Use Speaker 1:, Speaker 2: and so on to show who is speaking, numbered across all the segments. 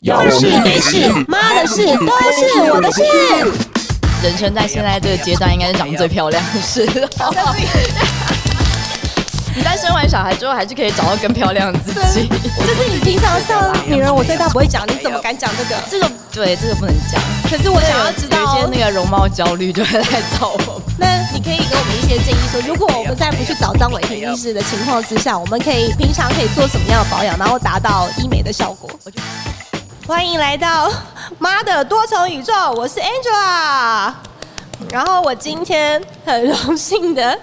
Speaker 1: 有事没事，妈的事都是我的事。
Speaker 2: 人生在现在这个阶段，应该是长最漂亮的时 候。你在生完小孩之后，还是可以找到更漂亮的自己。
Speaker 1: 就是你平常像女人，我最大不会讲，你怎么敢讲哎这个？
Speaker 2: 这个对，这个不能讲。
Speaker 1: 可是我想要知道，哦
Speaker 2: 有一些那个容貌焦虑就会来找我 们。
Speaker 1: 那你可以给我们一些建议说，如果我们在不去找张伟婷医师的情况之下，我们可以平常可以做什么样的保养，然后达到医美的效果？我就欢迎来到妈的多重宇宙，我是 Angela。然后我今天很荣幸的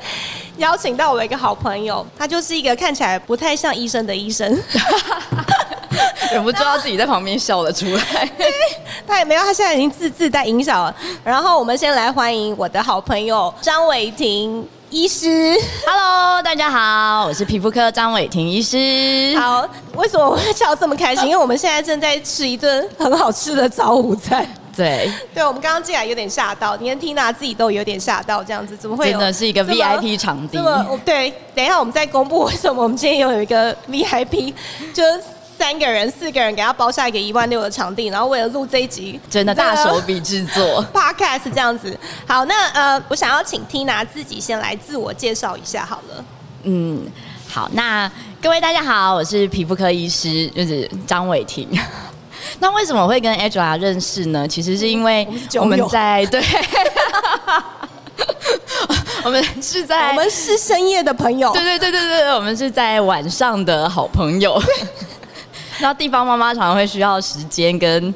Speaker 1: 邀请到我一个好朋友，他就是一个看起来不太像医生的医生。
Speaker 2: 忍不住要自己在旁边笑了出来。
Speaker 1: 他也没有，他现在已经自自带音响了。然后我们先来欢迎我的好朋友张伟婷医师。
Speaker 2: Hello，大家好，我是皮肤科张伟婷 医师。
Speaker 1: 好，为什么我会笑得这么开 心？因为我们现在正在吃一顿很好吃的早午餐。
Speaker 2: 对，
Speaker 1: 对，我们刚刚进来有点吓到，连 Tina 自己都有点吓到，这样子怎么会有？
Speaker 2: 真的是一个
Speaker 1: 这么
Speaker 2: VIP 场地
Speaker 1: 这。么我对，等一下我们再公布为什么我们今天又有一个 VIP，就是三个人、四个人给他包下一个一万六的场地，然后为了录这一集，
Speaker 2: 真的大手笔制作。
Speaker 1: podcast 这样子。好，那呃，我想要请 Tina 自己先来自我介绍一下好了。
Speaker 2: 嗯，好，那各位大家好，我是皮肤科医师，就是张伟婷。 那为什么会跟 Angela 认识呢？其实是因为
Speaker 1: 我们是酒友
Speaker 2: 我们在对， 我们是在
Speaker 1: 我们是深夜的朋友
Speaker 2: 对，对对对对，我们是在晚上的好朋 友。那地方妈妈常常会需要时间跟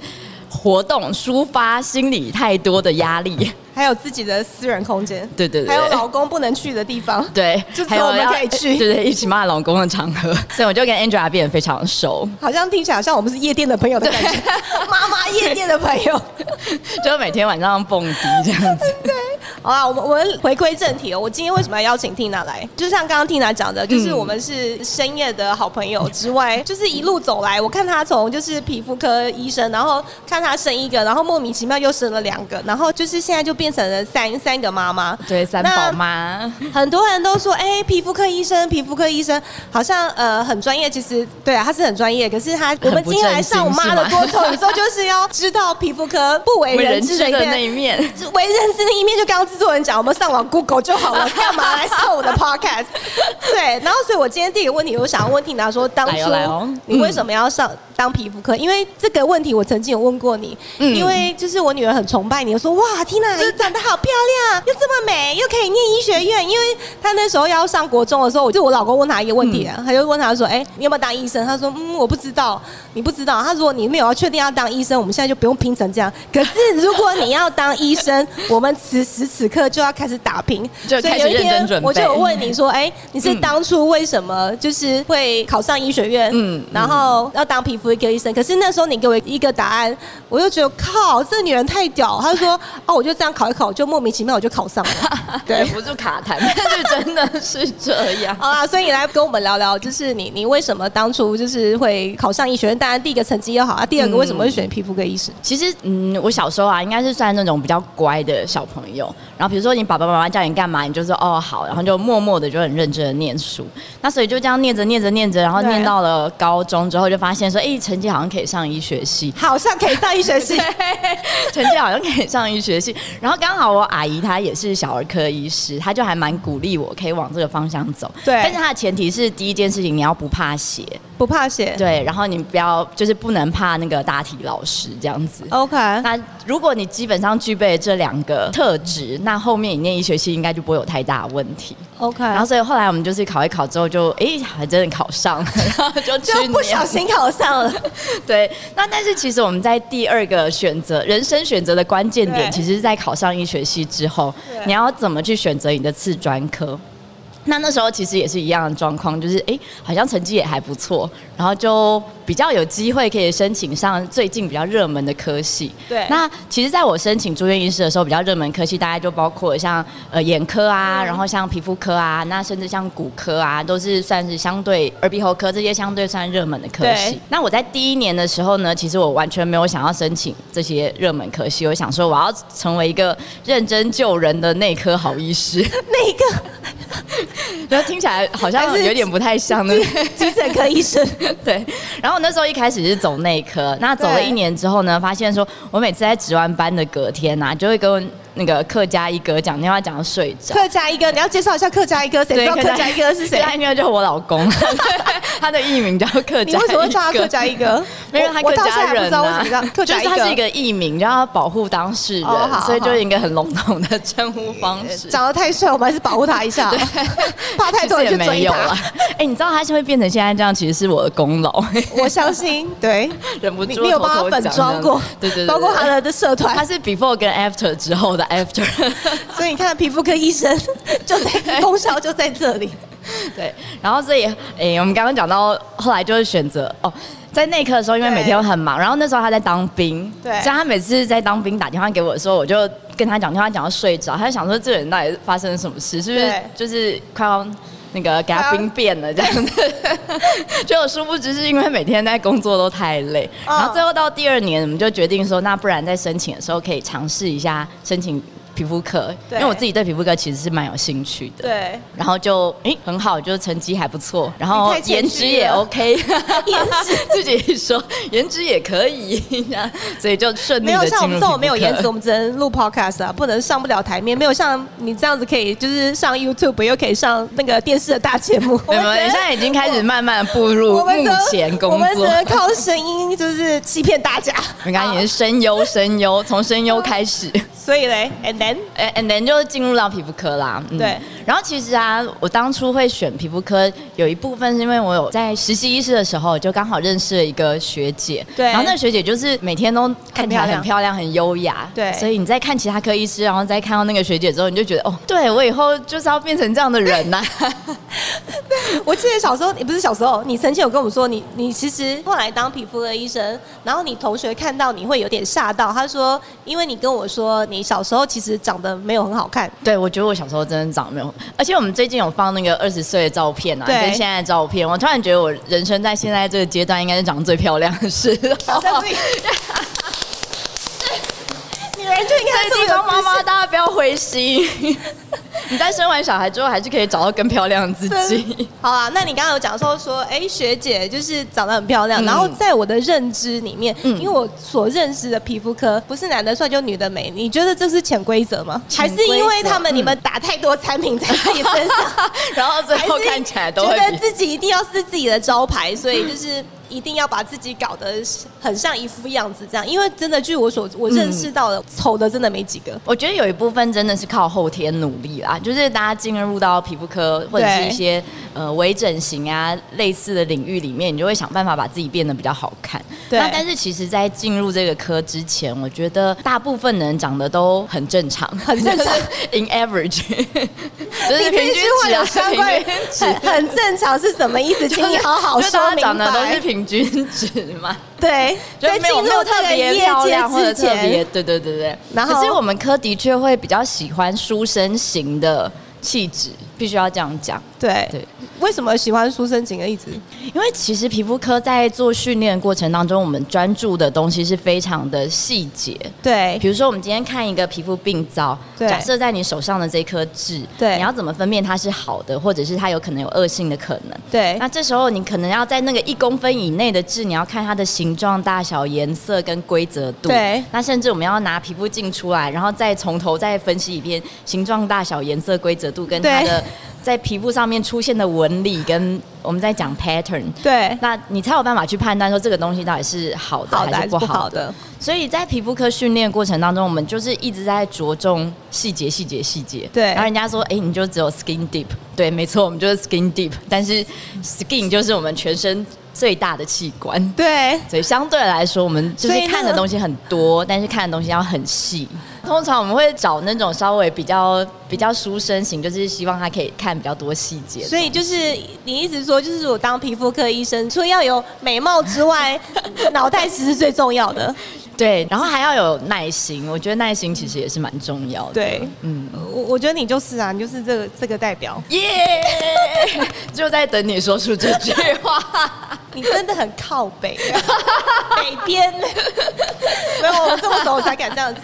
Speaker 2: 活动抒发心里太多的压 力。
Speaker 1: 还有自己的私人空间，
Speaker 2: 对对对
Speaker 1: 还有老公不能去的地方，
Speaker 2: 对，
Speaker 1: 就只
Speaker 2: 还
Speaker 1: 有
Speaker 2: 有
Speaker 1: 我们
Speaker 2: 要
Speaker 1: 可以去
Speaker 2: 对对，一起骂老公的场合， 所以我就跟 Angela 变得非常熟。
Speaker 1: 好像听起来好像我们是夜店的朋友的感 觉，妈妈夜店的朋友。
Speaker 2: 就每天晚上蹦迪这样子。
Speaker 1: 好啦，我们我们回归正题哦。我今天为什么要邀请 Tina 来？就像刚刚 Tina 讲的，就是我们是深夜的好朋 友之外，就是一路走来，我看她从就是皮肤科医生，然后看她生一个，然后莫名其妙又生了两个，然后就是现在就变成了三三个妈妈。
Speaker 2: 对，三宝妈，
Speaker 1: 很多人都说，哎、皮肤科医生，皮肤科医生好像呃很专业，其实对啊，他是很专业，可是他我们今天来上我妈的多重宇宙，就是要知道皮肤科不为
Speaker 2: 为人
Speaker 1: 人知
Speaker 2: 知
Speaker 1: 的一
Speaker 2: 的 那
Speaker 1: 面。
Speaker 2: 一面。
Speaker 1: 为人知的一面，就刚刚制作人讲，我们上网 Google 就好了，干 嘛来上我的 podcast？对，然后所以我今天第一个问题，我想要问 Tina 说，当
Speaker 2: 来哦来哦
Speaker 1: 初你为什么要上当皮肤科？因为这个问题我曾经有问过你，
Speaker 2: 嗯
Speaker 1: 因为就是我女儿很崇拜你，我说哇，Tina 你长得好漂亮，又这么美，又可以念医学院。因为她那时候要上国中的时候，我就我老公问她一个问题啊，
Speaker 2: 嗯
Speaker 1: 他就问她说，哎、你有没有当医生？她说，嗯，我不知道，你不知道。她说你没有要确定要当医生，我们现在就不用拼成这样。可是如果你要当医生，我们此时此刻就要开始打拼，
Speaker 2: 就开始
Speaker 1: 所以有一天
Speaker 2: 认真准备
Speaker 1: 我就有问你说，哎、你是当初为什么就是会考上医学院，
Speaker 2: 嗯
Speaker 1: 嗯，然后要当皮肤科医生？可是那时候你给我一个答案，我就觉得靠，这女人太屌。她就 说，哦，我就这样考一考，就莫名其妙我就考上 了。对
Speaker 2: 忍。不住卡 痰，但是真的是这样。
Speaker 1: 好啦，所以你来跟我们聊聊，就是你你为什么当初就是会考上医学院？当然第一个成绩又好啊，第二个为什么会选皮肤科医师？
Speaker 2: 其实，嗯，我小时候啊，应该是算那种比较乖的小朋友。然后，比如说你爸爸妈妈叫你干嘛，你就说哦好，然后就默默的就很认真的念书。那所以就这样念着念着念着，然后
Speaker 1: 对
Speaker 2: 念到了高中之后，就发现说，哎，成绩好像可以上医学系。
Speaker 1: 好像可以上医学 系，
Speaker 2: 成绩好像可以上医学系。 然后刚好我阿姨她也是小儿科医师，她就还蛮鼓励我可以往这个方向走。
Speaker 1: 对
Speaker 2: 但是她的前提是第一件事情你要不怕血，
Speaker 1: 不怕血。
Speaker 2: 对，然后你不要就是不能怕那个大体老师这样子。
Speaker 1: OK，
Speaker 2: 那如果你基本上具备这两个特质，那后面你念医学系应该就不会有太大问题。
Speaker 1: OK，
Speaker 2: 然后所以后来我们就是考一考之后就，诶还真的考上了，然后就去
Speaker 1: 就不小
Speaker 2: 年
Speaker 1: 心考上 了。
Speaker 2: 对，那但是其实我们在第二个选择人生选择的关键
Speaker 1: 对
Speaker 2: 点，其实是在考上医学系之后
Speaker 1: 对，
Speaker 2: 你要怎么去选择你的次专科？那那时候其实也是一样的状况，就是哎、诶好像成绩也还不错，然后就比较有机会可以申请上最近比较热门的科系。
Speaker 1: 对
Speaker 2: 那其实在我申请住院医师的时候，比较热门科系大概就包括像呃眼科
Speaker 1: 嗯
Speaker 2: 啊，然后像皮肤科啊，那甚至像骨科啊，都是算是相对耳鼻喉科这些相对算热门的科系
Speaker 1: 对。
Speaker 2: 那我在第一年的时候呢，其实我完全没有想要申请这些热门科系，我想说我要 成为一个认真救人的内科好医师。
Speaker 1: 那个
Speaker 2: 然后听起来好像
Speaker 1: 还是
Speaker 2: 有点不太像那个。
Speaker 1: 急诊科医生，
Speaker 2: 对， 然后那时候一开始是走内科，那走了
Speaker 1: 对
Speaker 2: 一年之后呢，发现说我每次在值完班的隔天呐、啊，就会跟那个客家一哥讲电话，讲到睡着。
Speaker 1: 客家一哥，你要介绍一下客家一哥，谁知道客家一哥是 谁
Speaker 2: 客？家一哥就是我老公，他的艺名叫客 家一哥。
Speaker 1: 你为什么会叫他客家一哥？
Speaker 2: 没有，因为他
Speaker 1: 我
Speaker 2: 客
Speaker 1: 我到现在
Speaker 2: 家
Speaker 1: 还不知
Speaker 2: 人
Speaker 1: 道为
Speaker 2: 呐、
Speaker 1: 什么叫客
Speaker 2: 就
Speaker 1: 家
Speaker 2: 是他是一个艺名，然后要保护当事人，
Speaker 1: 哦好
Speaker 2: 所以
Speaker 1: 好
Speaker 2: 就是一个很笼统的称呼方 式。
Speaker 1: 长得太帅，我们还是保护他一下， 怕太
Speaker 2: 其
Speaker 1: 多
Speaker 2: 实
Speaker 1: 人去
Speaker 2: 也没
Speaker 1: 追
Speaker 2: 有
Speaker 1: 他
Speaker 2: 啦。。 哎、你知道他是会变成现在这样，其实是我的功劳，
Speaker 1: 我相信，对，
Speaker 2: 忍不
Speaker 1: 你
Speaker 2: 住
Speaker 1: 你有
Speaker 2: 偷
Speaker 1: 帮
Speaker 2: 偷
Speaker 1: 他粉
Speaker 2: 讲
Speaker 1: 妆
Speaker 2: 的
Speaker 1: 过，
Speaker 2: 对对对，
Speaker 1: 包括他
Speaker 2: 对。
Speaker 1: 的的社团
Speaker 2: 他，是 before 跟 after 之后的 after，
Speaker 1: 所以你看皮肤科医生 就 在功效就在这里。
Speaker 2: 对，然后所以，诶、我们刚刚讲到后来就是选择哦，在内科的时候，因为
Speaker 1: 对
Speaker 2: 每天都很忙，然后那时候他在当兵，
Speaker 1: 对
Speaker 2: 所以他每次在当兵打电话给我的时候，我就跟他讲电话讲到睡着，他就想说这个人到底发生了什么事，是不是
Speaker 1: 对
Speaker 2: 就是快要那个给他
Speaker 1: 快要
Speaker 2: 兵变了这样子？ 结果殊不知是因为每天在工作都太累，
Speaker 1: 嗯
Speaker 2: 然后最后到第二年，我们就决定说，那不然在申请的时候可以尝试一下申请皮肤科，因
Speaker 1: 对
Speaker 2: 为我自己对皮肤科其实是蛮有兴趣的。
Speaker 1: 对，
Speaker 2: 然后就诶、很好，就是成绩还不错，然后
Speaker 1: 你太谦虚
Speaker 2: 颜值也
Speaker 1: 了
Speaker 2: OK，
Speaker 1: 颜值
Speaker 2: 自己说颜值也可以， 这样所以就顺利
Speaker 1: 没
Speaker 2: 的
Speaker 1: 有像我们这种没有颜值，我们只能录 podcast 啊，不能上不了台面。没有像你这样子可以，就是上 YouTube 又可以上那个电视的大节目。
Speaker 2: 我们
Speaker 1: 只能
Speaker 2: 现在已经开始慢慢步入
Speaker 1: 我们
Speaker 2: 目
Speaker 1: 只能
Speaker 2: 前
Speaker 1: 我
Speaker 2: 工
Speaker 1: 们啊只
Speaker 2: 作，
Speaker 1: 能靠声音就是欺骗大家。
Speaker 2: 没关系，是声优声优，从声优开始。
Speaker 1: 所以嘞，and then
Speaker 2: 哎，and then 就进入到皮肤科啦。嗯
Speaker 1: 对。
Speaker 2: 然后其实啊，我当初会选皮肤科，有一部分是因为我有在实习医师的时候，就刚好认识了一个学姐。
Speaker 1: 对
Speaker 2: 然后那个学姐就是每天都看起来很
Speaker 1: 很
Speaker 2: 漂亮、很优雅。
Speaker 1: 对
Speaker 2: 所以你在看其他科医师，然后再看到那个学姐之后，你就觉得哦，对我以后就是要变成这样的 人呐、
Speaker 1: 我记得小时候，你不是小时候，你曾经有跟我们说，你你其实后来当皮肤科医生，然后你同学看到你会有点吓到，他说，因为你跟我说你小时候其实长得没有很好看，
Speaker 2: 对，我觉得我小时候真的长得没有，而且我们最近有放那个二十岁的照片啊，
Speaker 1: 对
Speaker 2: 跟现在的照片，我突然觉得我人生在现在这个阶段应该是长得最漂亮的时
Speaker 1: 掌
Speaker 2: 候。
Speaker 1: 声 鼓励女人就应该
Speaker 2: 所
Speaker 1: 这么有
Speaker 2: 以地方妈
Speaker 1: 自
Speaker 2: 妈，
Speaker 1: 信
Speaker 2: 大家不要 灰心。你在生完小孩之后，还是可以找到更漂亮的自己。
Speaker 1: 好啊，那你刚刚有讲说说，哎、学姐就是长得很漂亮，
Speaker 2: 嗯
Speaker 1: 然后在我的认知里面，
Speaker 2: 嗯
Speaker 1: 因为我所认识的皮肤科不是男的帅就女的美，你觉得这是潜规则吗？还
Speaker 2: 潜规
Speaker 1: 是
Speaker 2: 则
Speaker 1: 因为他们
Speaker 2: 嗯
Speaker 1: 你们打太多产品在自己身上，
Speaker 2: 然后嗯 最
Speaker 1: 还
Speaker 2: 后
Speaker 1: 是
Speaker 2: 看起来都会
Speaker 1: 觉得
Speaker 2: 比
Speaker 1: 自己一定要是自己的招牌，所以就是一定要把自己搞得很像一副样子这样。因为真的，据我所我认识到的，丑的真的没几个。
Speaker 2: 我觉得有一部分真的是靠后天努力啦，就是大家进入到皮肤科或者是
Speaker 1: 对
Speaker 2: 一些呃微整形啊类似的领域里面，你就会想办法把自己变得比较好看。
Speaker 1: 对
Speaker 2: 那但是其实，在进入这个科之前，我觉得大部分人长得都很正常，很
Speaker 1: 正常
Speaker 2: ，in average，就是
Speaker 1: 你
Speaker 2: 平
Speaker 1: 这
Speaker 2: 均
Speaker 1: 句话
Speaker 2: 值啊
Speaker 1: 有 相关
Speaker 2: 平均值
Speaker 1: 很很正常是什么意思？请你好好
Speaker 2: 就大
Speaker 1: 哦说
Speaker 2: 家
Speaker 1: 明
Speaker 2: 长得都
Speaker 1: 白
Speaker 2: 是。平均值嘛，
Speaker 1: 对，
Speaker 2: 就
Speaker 1: 在
Speaker 2: 没
Speaker 1: 进
Speaker 2: 有
Speaker 1: 入
Speaker 2: 没有
Speaker 1: 这
Speaker 2: 特
Speaker 1: 个
Speaker 2: 别
Speaker 1: 业
Speaker 2: 漂亮或
Speaker 1: 界
Speaker 2: 者
Speaker 1: 之
Speaker 2: 特别，
Speaker 1: 前，
Speaker 2: 对对对对。
Speaker 1: 然后
Speaker 2: 可是我们科的确会比较喜欢书生型的气质，必须要这样讲。
Speaker 1: 对
Speaker 2: 对，
Speaker 1: 为什么喜欢书生景的一直？
Speaker 2: 因为其实皮肤科在做训练的过程当中，我们专注的东西是非常的细节。
Speaker 1: 对
Speaker 2: 比如说，我们今天看一个皮肤病灶，
Speaker 1: 对
Speaker 2: 假设在你手上的这颗痣，
Speaker 1: 对
Speaker 2: 你要怎么分辨它是好的，或者是它有可能有恶性的可能？
Speaker 1: 对
Speaker 2: 那这时候你可能要在那个一公分以内的痣，你要看它的形状、大小、颜色跟规则度。
Speaker 1: 对
Speaker 2: 那甚至我们要拿皮肤镜出来，然后再从头再分析一遍形状、大小、颜色、规则度跟它
Speaker 1: 对
Speaker 2: 的 在皮肤上面出现的纹理，跟我们在讲 pattern。
Speaker 1: 对，
Speaker 2: 那你才有办法去判断说这个东西到底是好的
Speaker 1: 好的
Speaker 2: 还
Speaker 1: 还
Speaker 2: 是
Speaker 1: 是
Speaker 2: 不
Speaker 1: 不
Speaker 2: 好
Speaker 1: 好
Speaker 2: 的。
Speaker 1: 的？
Speaker 2: 所以在皮肤科训练过程当中，我们就是一直在着重细节、细节、细节。
Speaker 1: 对
Speaker 2: 然后人家说，哎、你就只有 skin deep，对，没错，我们就是 skin deep，但是 skin 就是我们全身最大的器官。
Speaker 1: 对，
Speaker 2: 所以相对来说，我们就
Speaker 1: 所
Speaker 2: 是
Speaker 1: 以那个
Speaker 2: 看的东西很多，但是看的东西要很细。通常我们会找那种稍微比较比较书生型，就是希望他可以看比较多细节。
Speaker 1: 所以就是你意思说，就是我当皮肤科医生，除了要有美貌之外， 脑袋其实是最重要的。
Speaker 2: 对，然后还要有耐心，我觉得耐心其实也是蛮重要的。
Speaker 1: 对，
Speaker 2: 嗯，
Speaker 1: 我我觉得你就是啊，你就是 这个这个代表。
Speaker 2: 耶、就在等你说出这句话。
Speaker 1: 你真的很靠北、啊，北边。 没有，我这么熟我才敢这样子。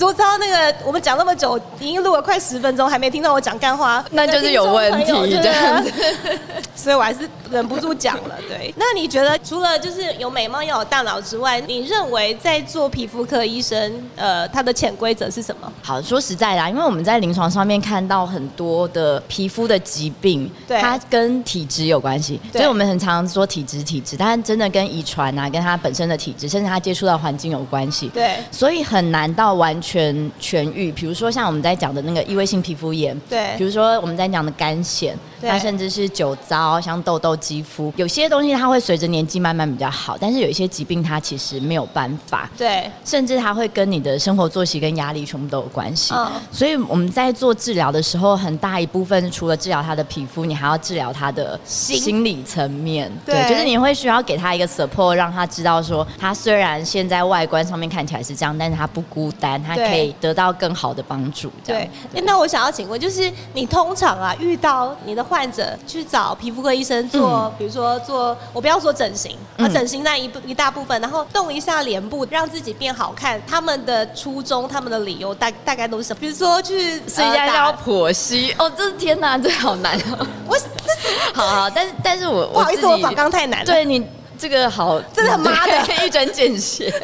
Speaker 1: 我我知道那个我们讲那么久，已经录了快十分钟，还没听到我讲干话，
Speaker 2: 那就是有 问题
Speaker 1: 听众朋友
Speaker 2: 这样子
Speaker 1: 对啊所以我还是忍不住讲了。对，那你觉得除了就是有美貌要有大脑之外，你认为在做皮肤科医生，呃，他的潜规则是什么？
Speaker 2: 好，说实在啦，因为我们在临床上面看到很多的皮肤的疾病，
Speaker 1: 对
Speaker 2: 它跟体质有关系，
Speaker 1: 对
Speaker 2: 所以我们很常说体质体质，但真的跟遗传啊，跟他本身的体质，甚至他接触到环境有关系。
Speaker 1: 对
Speaker 2: 所以很难到完全痊愈。比如说像我们在讲的那个异位性皮肤炎，
Speaker 1: 对
Speaker 2: 比如说我们在讲的干癣，
Speaker 1: 对
Speaker 2: 它甚至是酒糟，像痘痘肌肤，有些东西它会随着年纪慢慢比较好，但是有一些疾病它其实没有办法。
Speaker 1: 对，
Speaker 2: 甚至它会跟你的生活作息跟压力全部都有关系。
Speaker 1: 嗯
Speaker 2: 所以我们在做治疗的时候，很大一部分除了治疗他的皮肤，你还要治疗他的
Speaker 1: 心
Speaker 2: 心理层面。
Speaker 1: 对
Speaker 2: 就是你会需要给他一个 support，让他知道说，他虽然现在外观上面看起来是这样，但是他不孤单，他
Speaker 1: 对
Speaker 2: 可以得到更好的帮助。这样
Speaker 1: 对，诶那我想要请问，就是你通常啊遇到你的患者去找皮肤科医生做，比如说做，我不要说整形，啊，
Speaker 2: 嗯
Speaker 1: 整形那一部一大部分，然后动一下脸部，让自己变好看，他们的初衷、他们的理由大大概都是什么？比如说去
Speaker 2: 所以现在
Speaker 1: 呃
Speaker 2: 就
Speaker 1: 打
Speaker 2: 要剖析哦，这天哪，这好难 哦。
Speaker 1: 我这是
Speaker 2: 好好，但是但是我
Speaker 1: 不好意思，
Speaker 2: 自己
Speaker 1: 我仿刚太难了。
Speaker 2: 对你这个好，
Speaker 1: 真的妈的
Speaker 2: 一针见血。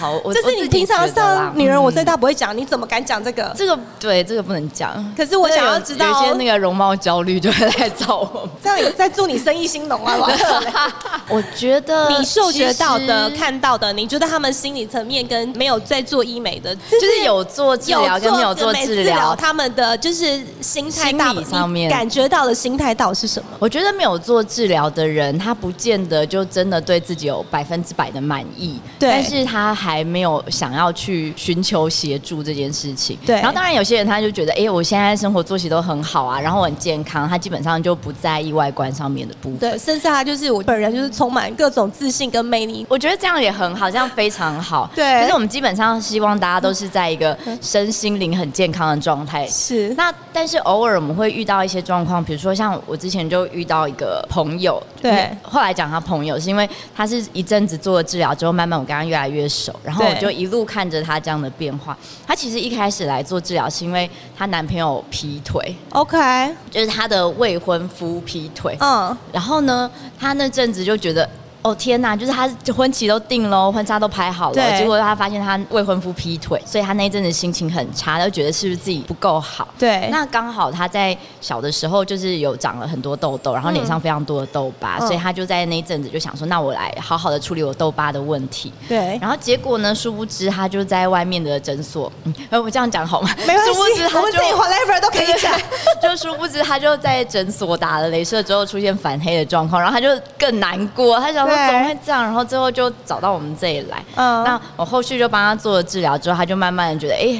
Speaker 2: 好，我
Speaker 1: 这
Speaker 2: 我
Speaker 1: 是
Speaker 2: 自
Speaker 1: 你
Speaker 2: 己
Speaker 1: 平常
Speaker 2: 觉得啦
Speaker 1: 上女人我最
Speaker 2: 嗯
Speaker 1: 大不会讲，你怎么敢讲这个？
Speaker 2: 这个对这个不能讲。
Speaker 1: 可是我想要
Speaker 2: 有
Speaker 1: 知道
Speaker 2: 有一些那个容貌焦虑就会来找我们。
Speaker 1: 这样也在祝你生意兴隆啊，老二嘞
Speaker 2: 我觉得
Speaker 1: 你嗅觉到的、
Speaker 2: 其实
Speaker 1: 看到的，你觉得他们心理层面跟没有在做医美的，就
Speaker 2: 就是有做治疗跟没有做
Speaker 1: 美
Speaker 2: 治疗，
Speaker 1: 他们的就是心态大
Speaker 2: 心理上面
Speaker 1: 你感觉到的心态到底是什么？
Speaker 2: 我觉得没有做治疗的人，他不见得就真的对自己有百分之百的满意，
Speaker 1: 对
Speaker 2: 但是他还没有想要去寻求协助这件事情，
Speaker 1: 对
Speaker 2: 然后当然有些人他就觉得，哎、我现在生活作息都很好啊，然后我很健康，他基本上就不在意外观上面的部分。
Speaker 1: 对，甚至他就是我本人就是充满各种自信跟魅力。
Speaker 2: 我觉得这样也很好，这样非常好。
Speaker 1: 对嗯
Speaker 2: 可是我们基本上希望大家都是在一个身心灵很健康的状态
Speaker 1: 是
Speaker 2: 那但是偶尔我们会遇到一些状况，比如说像我之前就遇到一个朋友，
Speaker 1: 对
Speaker 2: 后来讲他朋友是因为他是一阵子做了治疗之后，慢慢我跟他越来越熟，然后我
Speaker 1: 对
Speaker 2: 就一路看着他这样的变化。她其实一开始来做治疗是因为她男朋友劈腿，
Speaker 1: OK，
Speaker 2: 就是她的未婚夫劈腿，
Speaker 1: 嗯，
Speaker 2: 然后呢，她那阵子就觉得。哦天呐，就是她婚期都定喽，婚纱都拍好了，
Speaker 1: 对
Speaker 2: 结果她发现她未婚夫劈腿，所以她那一阵子心情很差，就觉得是不是自己不够好。
Speaker 1: 对
Speaker 2: 那刚好她在小的时候就是有长了很多痘痘，然后脸上非常多的痘疤，
Speaker 1: 嗯
Speaker 2: 所以她就在那一阵子就想说，那我来好好的处理我痘疤的问题。
Speaker 1: 对，
Speaker 2: 然后结果呢，殊不知她就在外面的诊所，嗯，呃我这样讲好吗？
Speaker 1: 没关
Speaker 2: 殊不
Speaker 1: 系
Speaker 2: 知，她
Speaker 1: 我们
Speaker 2: 就
Speaker 1: 自己 whatever 都可以讲。
Speaker 2: 就殊不知他就在诊所打了镭射之后出现反黑的状况，然后他就更难过，他想说
Speaker 1: 对
Speaker 2: 怎么会这样，然后最后就找到我们这里来。
Speaker 1: 嗯
Speaker 2: 那我后续就帮他做了治疗之后，他就慢慢的觉得，哎、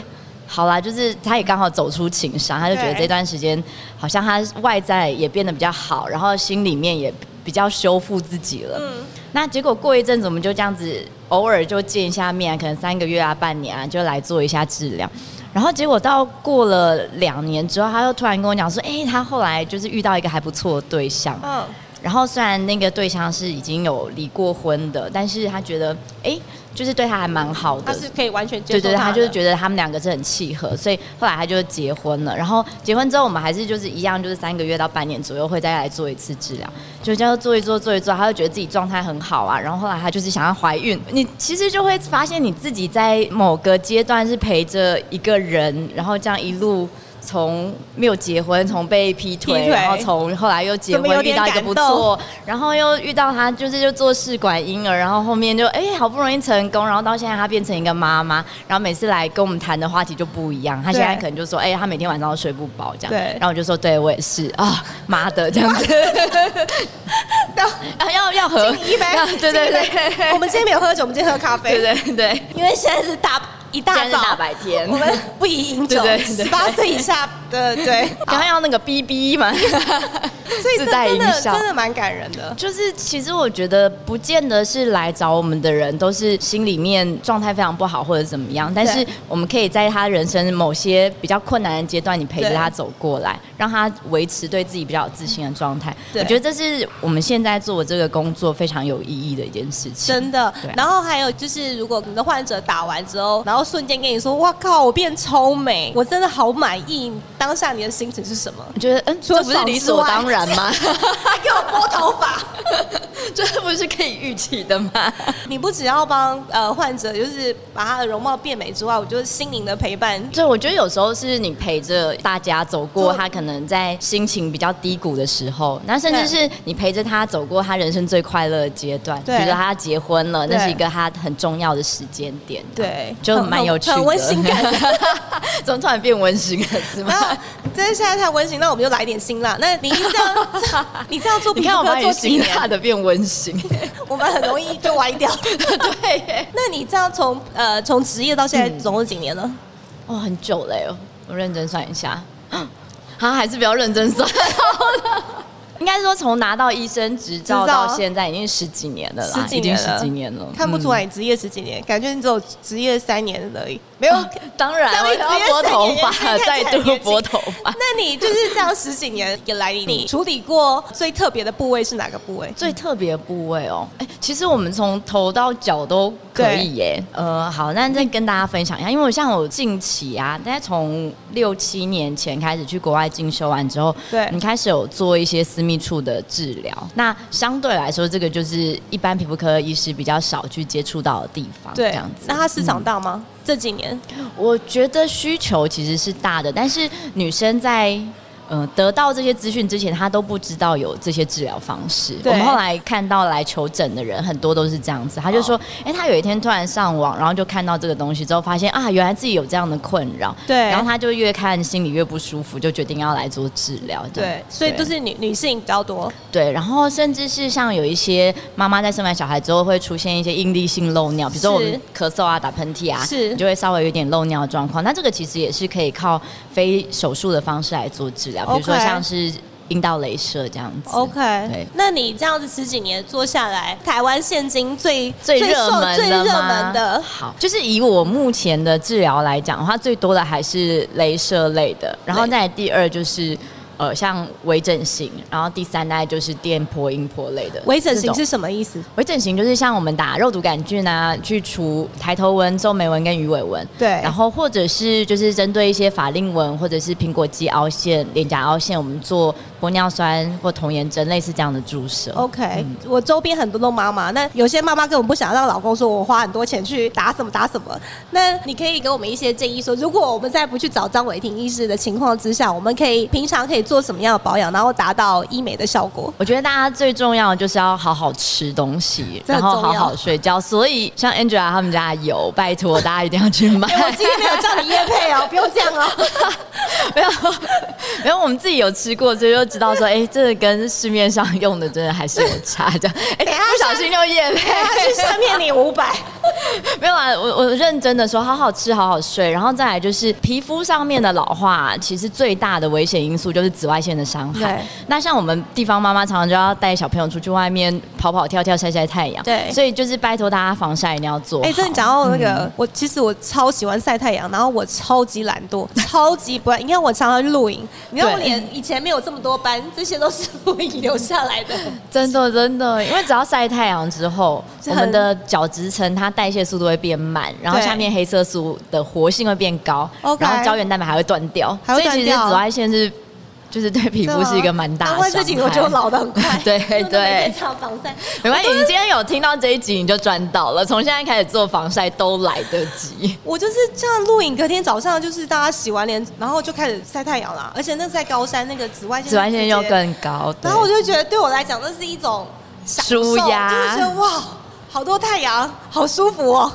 Speaker 2: 好啦，就是他也刚好走出情伤，他就觉得
Speaker 1: 对
Speaker 2: 这段时间好像他外在也变得比较好，然后心里面也比较修复自己了。
Speaker 1: 嗯
Speaker 2: 那结果过一阵子，我们就这样子偶尔就见一下面啊、可能三个月啊、半年啊，就来做一下治疗。然后结果到过了两年之后，他又突然跟我讲说：“哎、他后来就是遇到一个还不错的对象。
Speaker 1: 嗯，
Speaker 2: 然后虽然那个对象是已经有离过婚的，但是他觉得哎、就是对他还蛮好
Speaker 1: 他
Speaker 2: 的，
Speaker 1: 是可以完全接
Speaker 2: 对
Speaker 1: 受
Speaker 2: 对，他
Speaker 1: 他
Speaker 2: 就是
Speaker 1: 得
Speaker 2: 觉得他们两个是很契合，所以后来他就结婚了。然后结婚之后，我们还是就是一样，就是三个月到半年左右会再来做一次治疗，就这样做一做做一做，他就觉得自己状态很好啊。然后后来他就是想要怀孕，你其实就会发现你自己在某个阶段是陪着一个人，然后这样一路。从没有结婚，从被劈腿，
Speaker 1: 劈腿
Speaker 2: 然后从后来又结
Speaker 1: 怎么有
Speaker 2: 婚，遇
Speaker 1: 点
Speaker 2: 到一个
Speaker 1: 感
Speaker 2: 不
Speaker 1: 动
Speaker 2: 错，然后又遇到她，就是就做试管婴儿，然后后面就哎、好不容易成功，然后到现在她变成一个妈妈，然后每次来跟我们谈的话题就不一样。她现在可能就说，哎、她每天晚上都睡不饱这样。
Speaker 1: 对
Speaker 2: 然后我就说，对我也是啊，妈、的这样 子，啊要要和
Speaker 1: 一杯
Speaker 2: 要，对对
Speaker 1: 敬你一杯
Speaker 2: 对
Speaker 1: 我们今天没有喝酒，我们今天喝咖啡。
Speaker 2: 对对对。
Speaker 1: 因为现在是大一大
Speaker 2: 今天是
Speaker 1: 早
Speaker 2: 大白天
Speaker 1: 我们不宜饮酒
Speaker 2: 对，对对
Speaker 1: 十八岁以下的 对，
Speaker 2: 刚刚要那个 BB 嘛，
Speaker 1: 所以这
Speaker 2: 自带
Speaker 1: 真
Speaker 2: 音
Speaker 1: 的
Speaker 2: 效
Speaker 1: 真的蛮感人的。
Speaker 2: 就是，其实我觉得不见得是来找我们的人都是心里面状态非常不好或者怎么样，但是我们可以在他人生某些比较困难的阶段，你陪着
Speaker 1: 对
Speaker 2: 他走过来，让他维持对自己比较有自信的状态。
Speaker 1: 对
Speaker 2: 我觉得这是我们现在做这个工作非常有意义的一件事情。
Speaker 1: 真的
Speaker 2: 对啊。
Speaker 1: 然后还有就是，如果你的患者打完之后，然后瞬间跟你说：“哇靠，我变超美，我真的好满意。”当下你的心情是什么？
Speaker 2: 我觉得，嗯，
Speaker 1: 除了
Speaker 2: 这不是理所
Speaker 1: 爽之外
Speaker 2: 当然 吗？
Speaker 1: 还给我拨头 发。
Speaker 2: 这不是可以预期的吗？
Speaker 1: 你不只要帮呃患者，就是把他的容貌变美之外，我觉得心灵的陪伴。
Speaker 2: 对，我觉得有时候是你陪着大家走过
Speaker 1: 对
Speaker 2: 他可能在心情比较低谷的时候，那甚至
Speaker 1: 对
Speaker 2: 是你陪着他走过他人生最快乐的阶段，比
Speaker 1: 对
Speaker 2: 如说他结婚了，那
Speaker 1: 对
Speaker 2: 是一个他很重要的时间点，
Speaker 1: 对
Speaker 2: 就
Speaker 1: 很
Speaker 2: 蛮有趣的，
Speaker 1: 很很温馨感。
Speaker 2: 怎么突然变温馨了， 是吗
Speaker 1: 然？后，这现在太温馨，那我们就来点辛辣。那你这样， 你这样做，
Speaker 2: 你看我
Speaker 1: 不
Speaker 2: 把
Speaker 1: 要做
Speaker 2: 你
Speaker 1: 几
Speaker 2: 辛辣
Speaker 1: 年，
Speaker 2: 的变温馨，
Speaker 1: 我们很容易就歪 掉。
Speaker 2: 对耶，
Speaker 1: 那你这样从呃从职业到现在总共几年了？
Speaker 2: 哦，很久了哟，我认真算一下，啊，还是比较认真算好了。 应该说，从拿到医生执照
Speaker 1: 执照
Speaker 2: 到现在已经十几年了啦，
Speaker 1: 十几年
Speaker 2: 已
Speaker 1: 了
Speaker 2: 经十几年了，
Speaker 1: 看不出
Speaker 2: 嗯
Speaker 1: 来你职业十几年，感觉你只有职业三年而已，没有。
Speaker 2: 当然
Speaker 1: 在，
Speaker 2: 我
Speaker 1: 位置
Speaker 2: 要拨头发，
Speaker 1: 也是哦看起
Speaker 2: 再
Speaker 1: 来
Speaker 2: 度拨头发。
Speaker 1: 那你就是这样十几年以来，你处理过最特别的部位是哪个部位？
Speaker 2: 最特别的部位哦，哎、其实我们从头到脚都可以耶。呃，好，那再跟大家分享一下，因为像我近期啊，大概从六七年前开始去国外进修完之后，
Speaker 1: 对
Speaker 2: 你开始有做一些私密处的治疗。那相对来说，这个就是一般皮肤科医师比较少去接触到的地方，这样子。
Speaker 1: 那它市场大吗？这几年
Speaker 2: 我觉得需求其实是大的，但是女生在。呃，得到这些资讯之前，她都不知道有这些治疗方式。我
Speaker 1: 对
Speaker 2: 们后来看到来求诊的人很多都是这样子，她就说：“
Speaker 1: 哦
Speaker 2: 哎、她有一天突然上网，然后就看到这个东西之后，发现啊，原来自己有这样的困扰。”
Speaker 1: 对
Speaker 2: 然后她就越看心里越不舒服，就决定要来做治疗。这样
Speaker 1: 对，所以都是女女性比较多。
Speaker 2: 对，然后甚至是像有一些妈妈在生完小孩之后会出现一些应力性漏尿，比如说我
Speaker 1: 是
Speaker 2: 们咳嗽啊、打喷嚏啊，
Speaker 1: 是
Speaker 2: 你就会稍微有点漏尿的状况。那这个其实也是可以靠非手术的方式来做治疗，比如说
Speaker 1: OK
Speaker 2: 像是阴道镭射这样子。
Speaker 1: OK，
Speaker 2: 对
Speaker 1: 那你这样子十几年做下来，台湾现今最
Speaker 2: 最热
Speaker 1: 受
Speaker 2: 门
Speaker 1: 最
Speaker 2: 的
Speaker 1: 热
Speaker 2: 吗
Speaker 1: 门的，
Speaker 2: 好，就是以我目前的治疗来讲的话，最多的还是镭射类的，然后
Speaker 1: 对
Speaker 2: 再来第二就是。呃，像微整形，然后第三大概就是电波、音波类的。
Speaker 1: 微整
Speaker 2: 这
Speaker 1: 形
Speaker 2: 种
Speaker 1: 是什么意思？
Speaker 2: 微整形就是像我们打肉毒杆菌啊，去除抬头纹、皱眉纹跟鱼尾纹。
Speaker 1: 对
Speaker 2: 然后或者是就是针对一些法令纹或者是苹果肌凹陷、脸颊凹陷，我们做玻尿酸或童颜针，类似这样的注射。
Speaker 1: OK，、我周边很多都妈妈，那有些妈妈根本不想让老公说我花很多钱去打什么打什么。那你可以给我们一些建议说，如果我们在不去找张伟婷医师的情况之下，我们可以平常可以做什么样的保养，然后达到医美的效果？
Speaker 2: 我觉得大家最重要的就是要好好吃东西，
Speaker 1: 这
Speaker 2: 然
Speaker 1: 很重
Speaker 2: 后
Speaker 1: 要
Speaker 2: 好好睡觉。所以像 Angela 他们家有，拜托大家一定要去买。
Speaker 1: 哎、 我今天没有叫你叶配哦，不用这样哦。
Speaker 2: 没有，没有，我们自己有吃过，所以就知道说，哎、这个跟市面上用的真的还是有差。这样， 哎、
Speaker 1: 等一下
Speaker 2: 不小心就夜 配，
Speaker 1: 他去下面你五百，
Speaker 2: 没有啊，我我认真的说，好好吃，好好睡，然后再来就是皮肤上面的老化，其实最大的危险因素就是紫外线的伤害
Speaker 1: 对。
Speaker 2: 那像我们地方妈妈常常就要带小朋友出去外面跑跑跳跳、晒晒太阳，
Speaker 1: 对
Speaker 2: 所以就是拜托大家防晒一定要做好。
Speaker 1: 哎、真的讲到那个，
Speaker 2: 嗯
Speaker 1: 我其实我超喜欢晒太阳，然后我超级懒 惰，超级不爱。你看我常常去露营，你看我
Speaker 2: 对
Speaker 1: 脸以前没有这么多斑，这些都是露营留下来的。
Speaker 2: 真的真的，因为只要晒太阳之后，
Speaker 1: 是
Speaker 2: 我
Speaker 1: 很
Speaker 2: 们的角质层它代谢速度会变慢，然后
Speaker 1: 对
Speaker 2: 下面黑色素的活性会变高，
Speaker 1: OK
Speaker 2: 然后胶原蛋白还会断掉，
Speaker 1: 还会
Speaker 2: 所以其实
Speaker 1: 断掉
Speaker 2: 紫外线是就是对皮肤是一个蛮大的
Speaker 1: 啊难
Speaker 2: 伤害。
Speaker 1: 怪自己我觉得老得很快
Speaker 2: 。对
Speaker 1: 因为都没
Speaker 2: 对
Speaker 1: 在擦防晒。
Speaker 2: 没关系，你今天有听到这一集你就赚到了，从现在开始做防晒都来得及。
Speaker 1: 我就是这样录影，隔天早上就是大家洗完脸，然后就开始晒太阳啦。而且那在高山，那个紫外线，
Speaker 2: 紫外线又。更高，对
Speaker 1: 然后我就觉得对我来讲，那是一种享受
Speaker 2: 舒压
Speaker 1: 就是觉得哇，好多太阳，好舒服哦。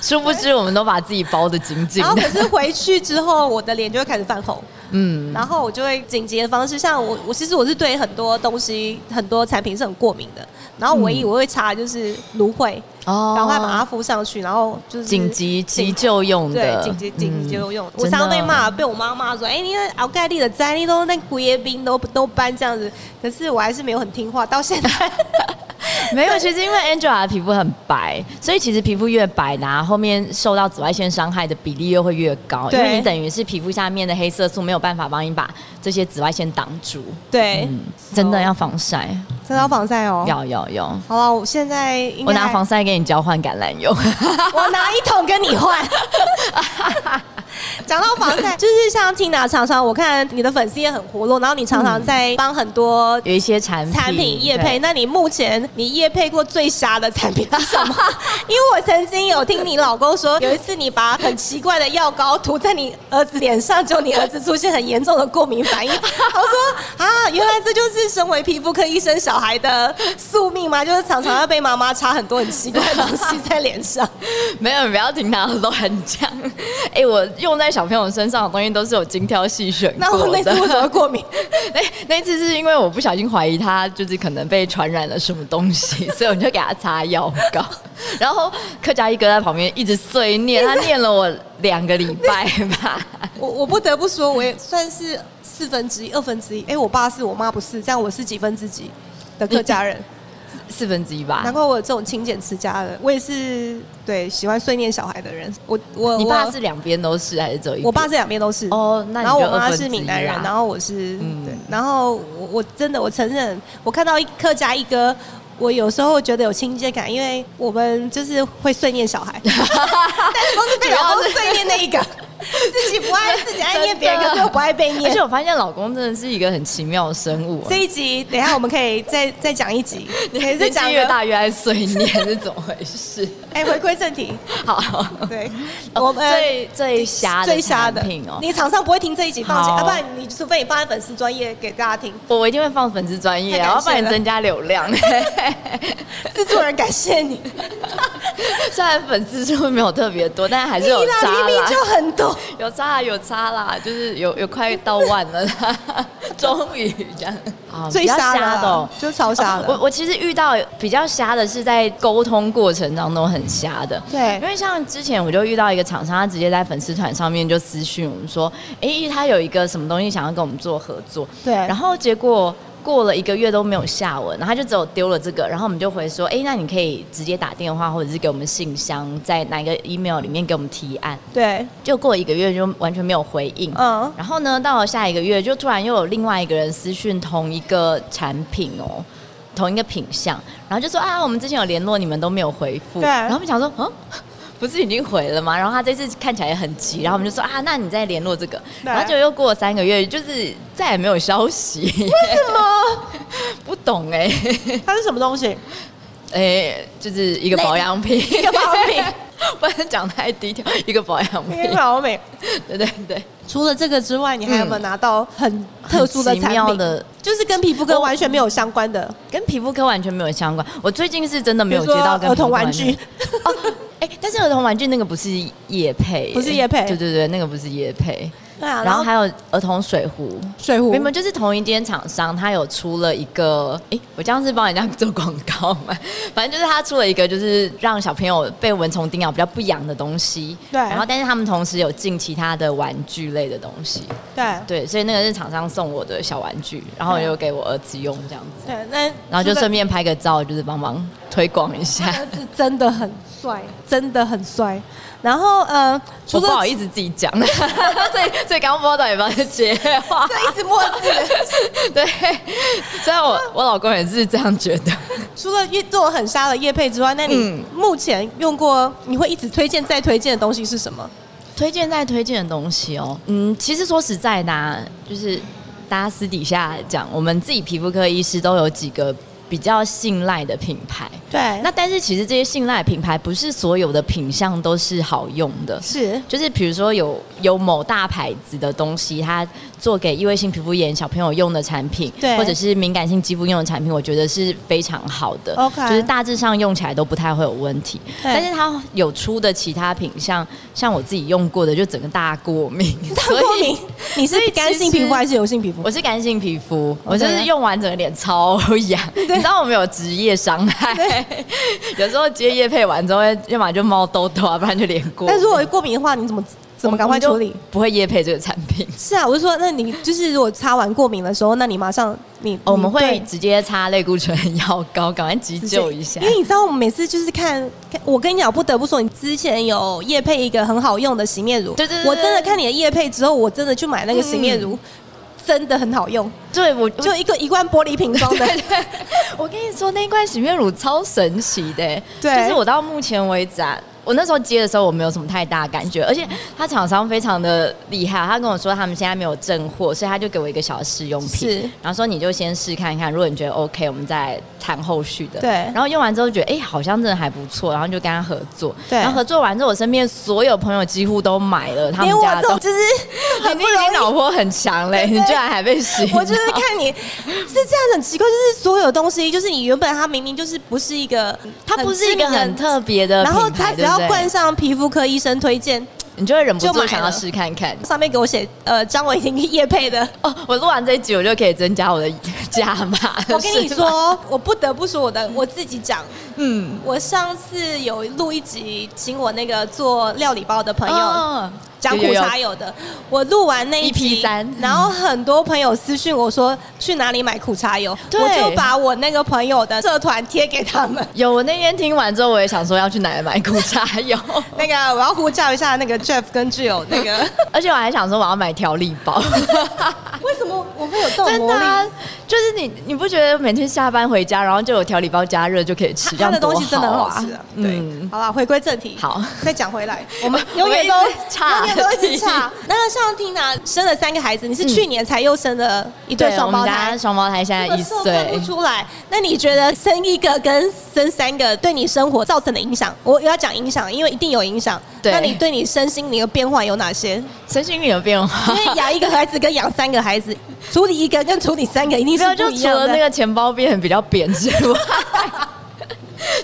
Speaker 2: 殊不知我们都把自己包的紧紧
Speaker 1: 然后可
Speaker 2: 的。
Speaker 1: 是回去之后，我的脸就会开始泛红，嗯，然后我就会紧急的方式，像我我其实我是对很多东西很多产品是很过敏的，然后唯一我会擦的就是芦荟，
Speaker 2: 嗯哦
Speaker 1: 赶快把它敷上去，然后就是
Speaker 2: 紧急急救用
Speaker 1: 对
Speaker 2: 的，嗯
Speaker 1: 紧急紧急用。我
Speaker 2: 真的
Speaker 1: 常常被骂，被我妈骂说：“哎、你那熬盖力的灾，你都那古叶冰都都搬这样子。”可是我还是没有很听话，到 现在
Speaker 2: 没有，其实因为 Angela 的皮肤很白，所以其实皮肤越白呢，后面受到紫外线伤害的比例又会越高，因
Speaker 1: 对
Speaker 2: 为你等于是皮肤下面的黑色素没有办法帮你把这些紫外线挡住。
Speaker 1: 对，
Speaker 2: 嗯，真的要防晒，
Speaker 1: 真的要防晒哦。
Speaker 2: 要要要。
Speaker 1: 好啊，我现在应该
Speaker 2: 我拿防，晒给你交换橄榄油，
Speaker 1: 我拿一桶跟你 换。讲到防晒， 就是像 Tina 常常，我看你的粉丝也很活络，然后你常常在帮很多
Speaker 2: 有一些产品
Speaker 1: 产品业配，
Speaker 2: 对
Speaker 1: 那你目前你业配过最瞎的产品是什 么？因为我曾经有听你老公说，有一次你把很奇怪的药膏涂在你儿子脸上，就你儿子出现很严重的过敏反 应。我说啊，原来这就是身为皮肤科医生小孩的宿命吗？就是常常要被妈妈擦很多很奇怪的东西在脸上。
Speaker 2: 没有，你不要听他的都很讲。哎、我用在小朋友身上的东西都是有精挑细选
Speaker 1: 那
Speaker 2: 过
Speaker 1: 我
Speaker 2: 的。
Speaker 1: 那次为什么会过敏？
Speaker 2: 那那一次是因为我不小心怀疑他就是可能被传染了什么东西， 所以我就给他擦药膏。然后客家一哥在旁边一直碎念，他念了我两个礼拜吧。
Speaker 1: 我我不得不说，我也算是四分之一、二分之一。哎、我爸是我妈不是，这样我是几分之几的客家人？
Speaker 2: 四分之一吧
Speaker 1: 难。怪我有这种勤俭持家的，我也是对喜欢碎念小孩的人。我我
Speaker 2: 你爸
Speaker 1: 我
Speaker 2: 是两边都是还是只有一边？
Speaker 1: 我爸是两边都是
Speaker 2: 哦那你
Speaker 1: 然后
Speaker 2: 就
Speaker 1: 我妈
Speaker 2: 二分
Speaker 1: 是
Speaker 2: 之一
Speaker 1: 闽南人
Speaker 2: 啦，
Speaker 1: 然后我是、
Speaker 2: 嗯
Speaker 1: 对，然后我我真的我承认，我看到一客家一哥。我有时候觉得有亲切感，因为我们就是会碎念小 孩，但是都是被老公碎念那一个， 自己不爱自己爱念别人，
Speaker 2: 真的
Speaker 1: 可是又不爱被
Speaker 2: 而
Speaker 1: 念
Speaker 2: 且。我发现老公真的是一个很奇妙的生物、啊
Speaker 1: 这一集等一下我们可以再再讲一集，可以再
Speaker 2: 年纪
Speaker 1: 讲
Speaker 2: 越
Speaker 1: 个
Speaker 2: 大越爱碎念， 是怎么回事？
Speaker 1: 哎，回归正题，
Speaker 2: 好，
Speaker 1: 对，
Speaker 2: 哦
Speaker 1: 我们
Speaker 2: 最最瞎的
Speaker 1: 最瞎的
Speaker 2: 产品哦，
Speaker 1: 你厂商不会听这一集，放心，
Speaker 2: 好
Speaker 1: 要不然你除非你放在粉丝专业给大家听，
Speaker 2: 我我一定会放粉丝专业，啊
Speaker 1: 太感
Speaker 2: 然后帮
Speaker 1: 谢
Speaker 2: 你
Speaker 1: 了
Speaker 2: 增加流量。
Speaker 1: 制作人感谢你，
Speaker 2: 虽然粉丝数没有特别多，但还是有哦
Speaker 1: 你啦
Speaker 2: 差
Speaker 1: 明明
Speaker 2: 啦，
Speaker 1: 就很多，
Speaker 2: 有差啦，有差啦，就是有有快到万了 啦，终于这样。啊
Speaker 1: 最
Speaker 2: 比较
Speaker 1: 瞎的
Speaker 2: 的哦
Speaker 1: 啦，就超瞎
Speaker 2: 我
Speaker 1: 的，
Speaker 2: 我其实遇到比较瞎的是在沟通过程当中很瞎的，
Speaker 1: 对
Speaker 2: 因为像之前我就遇到一个厂商，他直接在粉丝团上面就私讯我们说，诶，他有一个什么东西想要跟我们做合作，
Speaker 1: 对
Speaker 2: 然后结果。过了一个月都没有下文，然后他就只有丢了这个，然后我们就回说，诶，那你可以直接打电话或者是给我们信箱，在哪一个 email 里面给我们提案。
Speaker 1: 对，
Speaker 2: 就过一个月就完全没有回应，
Speaker 1: 嗯
Speaker 2: 然后呢，到了下一个月就突然又有另外一个人私讯同一个产品哦，同一个品相，然后就说啊，我们之前有联络，你们都没有回复，
Speaker 1: 对
Speaker 2: 然后我们想说，嗯。 不是已经回了吗？然后他这次看起来也很急，然后我们就说啊，那你再联络这个，
Speaker 1: 对
Speaker 2: 然后就又过了三个月，就是再也没有消息，
Speaker 1: 什么？
Speaker 2: 不懂哎、
Speaker 1: 它是什么东西？
Speaker 2: 哎、就是一个保养品，一
Speaker 1: 个保养品，
Speaker 2: 不能讲太低调，一个保养 品
Speaker 1: 因为，老美。
Speaker 2: 对对对。
Speaker 1: 除了这个之外，你还有没有拿到很特殊的
Speaker 2: 很
Speaker 1: 产
Speaker 2: 奇妙
Speaker 1: 品？
Speaker 2: 的哦
Speaker 1: 就是跟皮肤科完全没有相关的，
Speaker 2: 跟皮肤科完全没有相关。我最近是真的没有
Speaker 1: 比
Speaker 2: 接
Speaker 1: 如说
Speaker 2: 到跟
Speaker 1: 儿童
Speaker 2: 皮肤科
Speaker 1: 玩
Speaker 2: 完全
Speaker 1: 具。
Speaker 2: 哦，哎、但是儿童玩具那个不是叶配、欸
Speaker 1: 不是业配
Speaker 2: 对对对，那个不是叶配。
Speaker 1: 对啊，
Speaker 2: 然后还有儿童水壶，
Speaker 1: 水壶
Speaker 2: 明明就是同一间厂商，他有出了一个，哎、我这样是帮人家 做广告嘛？反正就是他出了一个，就是让小朋友被蚊虫叮咬比较不痒的东西。
Speaker 1: 对
Speaker 2: 然后，但是他们同时有进其他的玩具类的东西。
Speaker 1: 对
Speaker 2: 对，所以那个是厂商送我的小玩具，然后
Speaker 1: 啊
Speaker 2: 我就给我儿子用这样子。
Speaker 1: 对，那
Speaker 2: 然后就
Speaker 1: 除了
Speaker 2: 顺便拍个照，就是帮忙推广一 下。
Speaker 1: 儿子真的很帅，真的很帅。然后呃，除
Speaker 2: 我不
Speaker 1: 了
Speaker 2: 好意思自己讲， 所以所以刚刚不知道到底要不要接话。
Speaker 1: 一直默字，
Speaker 2: 对，虽然我我老公也是这样觉得。
Speaker 1: 除了越做很沙的叶配之外，那你
Speaker 2: 嗯
Speaker 1: 目前用过你会一直推荐再推荐的东西是什么？
Speaker 2: 推荐再推荐的东西哦，嗯，其实说实在的、啊，就是大家私底下讲，我们自己皮肤科医师都有几个比较信赖的品牌。
Speaker 1: 对
Speaker 2: 那但是其实这些信赖品牌不是所有的品相都是好用的，
Speaker 1: 是
Speaker 2: 就是比如说有有某大牌子的东西，它做给异位性皮肤炎小朋友用的产品，
Speaker 1: 对
Speaker 2: 或者是敏感性肌肤用的产品，我觉得是非常好的
Speaker 1: OK
Speaker 2: 就是大致上用起来都不太会有问题。
Speaker 1: 对
Speaker 2: 但是它有出的其他品像像我自己用过的，就整个大 过敏，所
Speaker 1: 过
Speaker 2: 以
Speaker 1: 敏，你是
Speaker 2: 所以其实
Speaker 1: 干性皮肤还是油性皮肤
Speaker 2: 我？是干性皮肤，我
Speaker 1: 真
Speaker 2: 就
Speaker 1: 的
Speaker 2: 是用完整个脸超痒， 你知道我们有职业伤害， 有时候接夜配完之后，要么就猫痘痘啊，不然就脸过敏。
Speaker 1: 但如果过敏的话，你怎么怎么赶快处理？？
Speaker 2: 不会夜配这个产品。
Speaker 1: 是啊，我就说，那 你就是如果擦完过敏的时候，那你马上你
Speaker 2: 哦我们
Speaker 1: 嗯
Speaker 2: 会
Speaker 1: 对
Speaker 2: 直接擦类固醇药膏，赶快急救一下
Speaker 1: 因。为你知道，我们每次就是看，看我跟你讲，我不得不说，你之前有夜配一个很好用的洗面乳，
Speaker 2: 对对嗯对
Speaker 1: 我真的看你的夜配之后，我真的去买那个洗面乳，真的很好用，
Speaker 2: 对，我就
Speaker 1: 就一个一罐玻璃瓶装 的，
Speaker 2: 我跟你说，那一罐洗面乳超神奇的，
Speaker 1: 对
Speaker 2: 就是我到目前为止啊。我那时候接的时候，我没有什么太大感觉，而且他厂商非常的厉害，他跟我说他们现在没有正货，所以他就给我一个小的试用品，
Speaker 1: 是
Speaker 2: 然后说你就先试看看，如果你觉得 OK，我们再谈后续的。
Speaker 1: 对
Speaker 2: 然后用完之后觉得，哎、好像真的还不错，然后就跟他合作。
Speaker 1: 对
Speaker 2: 然后合作完之后，我身边所有朋友几乎都买了他们
Speaker 1: 连我
Speaker 2: 家
Speaker 1: 这
Speaker 2: 的
Speaker 1: 种
Speaker 2: 东西。
Speaker 1: 就是很
Speaker 2: 你
Speaker 1: 不容
Speaker 2: 你
Speaker 1: 易。
Speaker 2: 脑波很强嘞，你居然还被洗脑。
Speaker 1: 我就是 看你是这样很奇怪，就是所有东西，就是你原本它明明就是不是一个，
Speaker 2: 它不是一个很特别的
Speaker 1: 然
Speaker 2: 品
Speaker 1: 后
Speaker 2: 牌，
Speaker 1: 它只
Speaker 2: 对
Speaker 1: 要
Speaker 2: 不对
Speaker 1: 冠上皮肤科医生推荐，
Speaker 2: 你就会忍不
Speaker 1: 就买
Speaker 2: 住
Speaker 1: 了
Speaker 2: 想要试看看。
Speaker 1: 上面给我写呃张伟婷叶配的，
Speaker 2: 哦，我录完这一集，我就可以增加我的 价码。
Speaker 1: 我跟你
Speaker 2: 是吗，
Speaker 1: 说，我不得不说我的我自己讲，
Speaker 2: 嗯，
Speaker 1: 我上次有录一集，请我那个做料理包的朋友
Speaker 2: 哦
Speaker 1: 讲苦茶友的，我录完那一集
Speaker 2: EP3
Speaker 1: 然后很多朋友私讯我说去哪里买苦茶油，
Speaker 2: 对
Speaker 1: 我就把我那个朋友的社团贴给他们。
Speaker 2: 有，我那天听完之后，我也想说要去哪里买苦茶 油，
Speaker 1: 那个我要呼叫一下那个 Jeff 跟具有那 个，
Speaker 2: 而且我还想说我要买调理 包。
Speaker 1: 为什么我会有这种
Speaker 2: 真
Speaker 1: 魔
Speaker 2: 的
Speaker 1: 力？
Speaker 2: 啊、就是你，你不觉得每天下班回家，然后就有调理包加热就可以吃，
Speaker 1: 他的
Speaker 2: 这样多
Speaker 1: 东西真的很
Speaker 2: 好
Speaker 1: 好吃啊！对
Speaker 2: 嗯，，
Speaker 1: 好了，回归正题，
Speaker 2: 好，
Speaker 1: 再讲回 来，我们
Speaker 2: 我
Speaker 1: 永
Speaker 2: 们
Speaker 1: 远
Speaker 2: 一
Speaker 1: 都
Speaker 2: 直岔
Speaker 1: 永远都一直
Speaker 2: 题
Speaker 1: 差。那像 Tina 生了三个孩子，你是去年才又生了一嗯对
Speaker 2: 对，我
Speaker 1: 双
Speaker 2: 们
Speaker 1: 胞
Speaker 2: 家
Speaker 1: 胎，
Speaker 2: 双胞胎现在
Speaker 1: 根
Speaker 2: 哎一
Speaker 1: 本是分
Speaker 2: 岁
Speaker 1: 不，出来。那你觉得生一个跟生三个对你生活造成的影响？我要讲影响，因为一定有影响。
Speaker 2: 对
Speaker 1: 那你对你身心灵的变化有哪 些？
Speaker 2: 身心灵有变化
Speaker 1: 因。为养一个孩子跟养三个孩子，处理一个跟处理三个一定
Speaker 2: 没
Speaker 1: 是
Speaker 2: 有，
Speaker 1: 不
Speaker 2: 就
Speaker 1: 一
Speaker 2: 除
Speaker 1: 样
Speaker 2: 了
Speaker 1: 的。
Speaker 2: 那个钱包变比较扁之 外，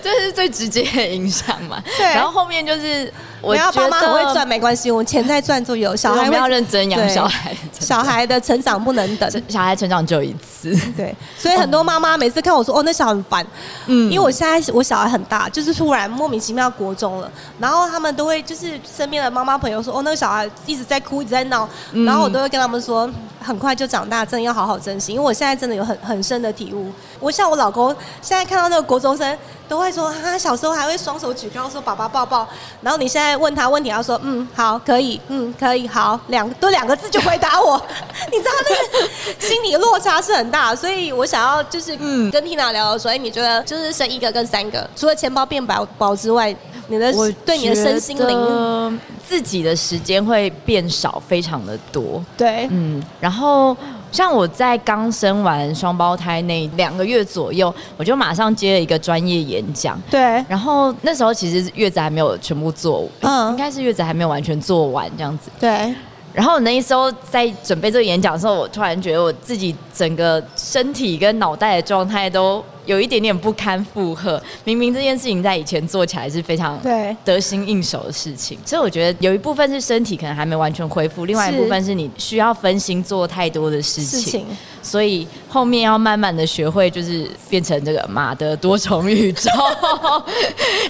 Speaker 2: 这是最直接的影响嘛。
Speaker 1: 对
Speaker 2: 然后后面就是我
Speaker 1: 没有
Speaker 2: 觉
Speaker 1: 爸
Speaker 2: 得
Speaker 1: 妈很会赚，没关系，我们钱再赚就有。小
Speaker 2: 我
Speaker 1: 孩
Speaker 2: 们
Speaker 1: 会
Speaker 2: 要认真养
Speaker 1: 对
Speaker 2: 小孩，
Speaker 1: 小孩的成长不 能等。
Speaker 2: 小孩成长只有一次。
Speaker 1: 对，所以很多妈妈每次看我说：“哦，那小孩很烦。”嗯，因为我现在我小孩很大，就是突然莫名其妙国中了，然后他们都会就是身边的妈妈朋友说：“哦，那个小孩一直在哭，一直在闹。”然后我都会跟他们说：“很快就长大，真的要好好珍惜。”因为我现在真的有很很深的体悟。我像我老公现在看到那个国中生，都会说：“他小时候还会双手举高说‘爸爸抱抱’。”然后你现在问他问题，他说：“嗯，好，可以，嗯，可以，好，两都两个字就回答我。” 你知道那个心理落差是很大，所以我想要就是嗯
Speaker 2: 嗯
Speaker 1: 跟 Tina 聊，所以哎你觉得就是生一个跟三个，除了钱包变薄薄之外，你的
Speaker 2: 我
Speaker 1: 对你的身心灵，
Speaker 2: 灵，自己的时间会变少，非常的多。
Speaker 1: 对，
Speaker 2: 嗯，然后像我在刚生完双胞胎那两个月左右，我就马上接了一个专业演讲。
Speaker 1: 对，
Speaker 2: 然后那时候其实月子还没有全部做，
Speaker 1: 嗯
Speaker 2: 嗯，应该是月子还没有完全做完这样子。
Speaker 1: 对，
Speaker 2: 然后那一周在准备这个演讲的时候，我突然觉得我自己整个身体跟脑袋的状态都有一点点不堪负荷。明明这件事情在以前做起来是非常
Speaker 1: 对
Speaker 2: 得心应手的事情，所以我觉得有一部分是身体可能还没完全恢复，另外一
Speaker 1: 是
Speaker 2: 部分是你需要分心做太多的事
Speaker 1: 事
Speaker 2: 情，
Speaker 1: 情
Speaker 2: 所以后面要慢慢的学会就是变成这个马的多重宇 宙，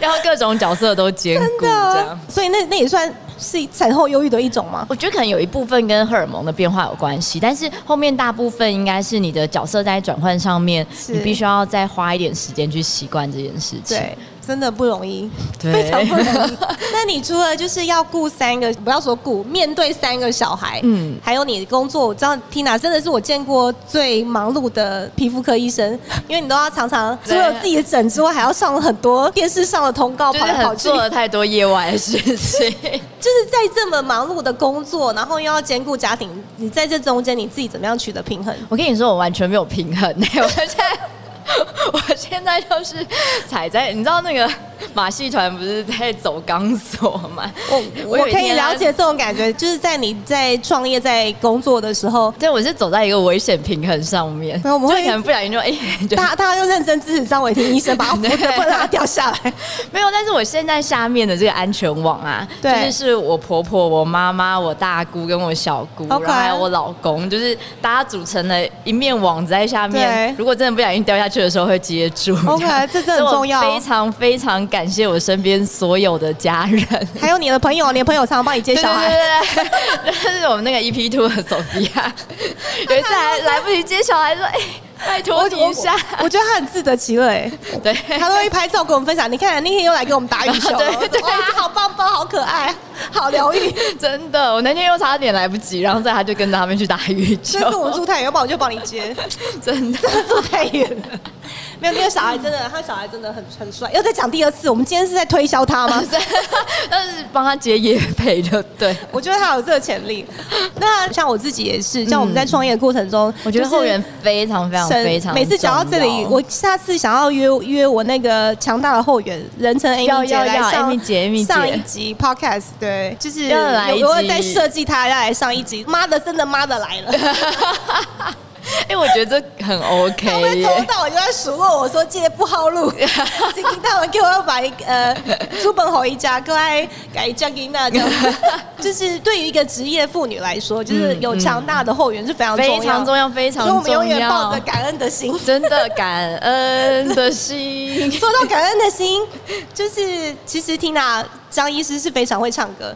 Speaker 2: 然后各种角色都兼顾这样。
Speaker 1: 所以那那也算是产后忧郁的一种吗？
Speaker 2: 我觉得可能有一部分跟荷尔蒙的变化有关系，但是后面大部分应该是你的角色在转换上面，
Speaker 1: 是
Speaker 2: 你必须要再花一点时间去习惯这件事情。
Speaker 1: 对，真的不容易，
Speaker 2: 对
Speaker 1: 非常不容易。 那你除了就是要顾三个，不要说顾，面对三个小孩，嗯
Speaker 2: 嗯，
Speaker 1: 还有你的工作，我知道 Tina 真的是我见过最忙碌的皮肤科医 生，因为你都要常常除
Speaker 2: 对
Speaker 1: 了自己的诊之外，还要上很多电视上的通告，
Speaker 2: 就
Speaker 1: 跑
Speaker 2: 是
Speaker 1: 来跑
Speaker 2: 很
Speaker 1: 去，
Speaker 2: 做了太多业外的事情，
Speaker 1: 就是在这么忙碌的工作，然后又要兼顾家庭，你在这中间你自己怎么样取得平衡？
Speaker 2: 我跟你说，我完全没有欸 平衡、我现在，我现在就是踩在，你知道那个马戏团不是在走钢索吗？
Speaker 1: 我哦我
Speaker 2: 有一
Speaker 1: 可以
Speaker 2: 天啊
Speaker 1: 了解这种感觉，就是在你在创业、在工作的时候，
Speaker 2: 对，我是走在一个危险平衡上面，
Speaker 1: 那我们会
Speaker 2: 就可能不小心就哎、 就
Speaker 1: 大大家就认真支持张伟婷医生， 把他扶着，不能让他掉下来。
Speaker 2: 没有，但是我现在下面的这个安全网啊，就
Speaker 1: 对
Speaker 2: 是是我婆婆、我妈妈、我大姑跟我小姑
Speaker 1: OK
Speaker 2: 然后还有我老公，就是大家组成了一面网子在下面
Speaker 1: 对。
Speaker 2: 如果真的不小心掉下去的时候，会接住。
Speaker 1: OK，
Speaker 2: 样
Speaker 1: 这真的很
Speaker 2: 所以我
Speaker 1: 重要
Speaker 2: 非常非常感谢我身边所有的家人。
Speaker 1: 还有你的朋友，你的朋友常常帮你接
Speaker 2: 对
Speaker 1: 小孩。
Speaker 2: 对对对，就是我们那个 EP Two 的索菲 亚，有一次还来不及接小孩，说：“哎、拜托你一下。
Speaker 1: 我觉得他很自得其乐 哎，”
Speaker 2: 对，
Speaker 1: 他都会拍照跟我们分享。你看那天又来给我们打羽球，啊
Speaker 2: 对对对
Speaker 1: 哇，好棒棒，好可爱，好疗 愈。
Speaker 2: 真的，我那天又差点来不及，然后在他就跟着他们去打羽球。
Speaker 1: 这次我们住太远，要不然我就帮你 接。
Speaker 2: 真的，
Speaker 1: 住太远了，没有那个小孩真的，他小孩真的很很帅。要再讲第二次，我们今天是在推销他 吗？
Speaker 2: 但是帮他接夜配就对。
Speaker 1: 我觉得他有这个潜力。那像我自己也是，像我们在创业的过程中，
Speaker 2: 我觉得
Speaker 1: 就是
Speaker 2: 后援非常非常
Speaker 1: 神
Speaker 2: 非常重要，
Speaker 1: 每次讲到这里， 我下次想要约约我那个强大的后援，人称 Amy
Speaker 2: 要
Speaker 1: 姐
Speaker 2: 要
Speaker 1: 来
Speaker 2: 要
Speaker 1: 上
Speaker 2: Amy 姐，Amy 姐
Speaker 1: 上一集 podcast，对，就是
Speaker 2: 要来一集
Speaker 1: 有我在设计他要来上一集，妈的，真的妈的来了，
Speaker 2: 哎、我觉得这很
Speaker 1: 他
Speaker 2: OK
Speaker 1: 们从头
Speaker 2: 耶。
Speaker 1: 到尾就在数落我说借不好 路，今天他们给我把一个呃朱本侯一家，过来改江金娜这样， 就是对于一个职业妇女来说，就是
Speaker 2: 嗯
Speaker 1: 有强大的后援是非常
Speaker 2: 非常重
Speaker 1: 要，
Speaker 2: 要，非常
Speaker 1: 所以我们永
Speaker 2: 重
Speaker 1: 远抱
Speaker 2: 要
Speaker 1: 着，感恩的心。
Speaker 2: 真的感恩的心。
Speaker 1: 说到感恩的心，就是其实 Tina 张医师是非常会唱歌，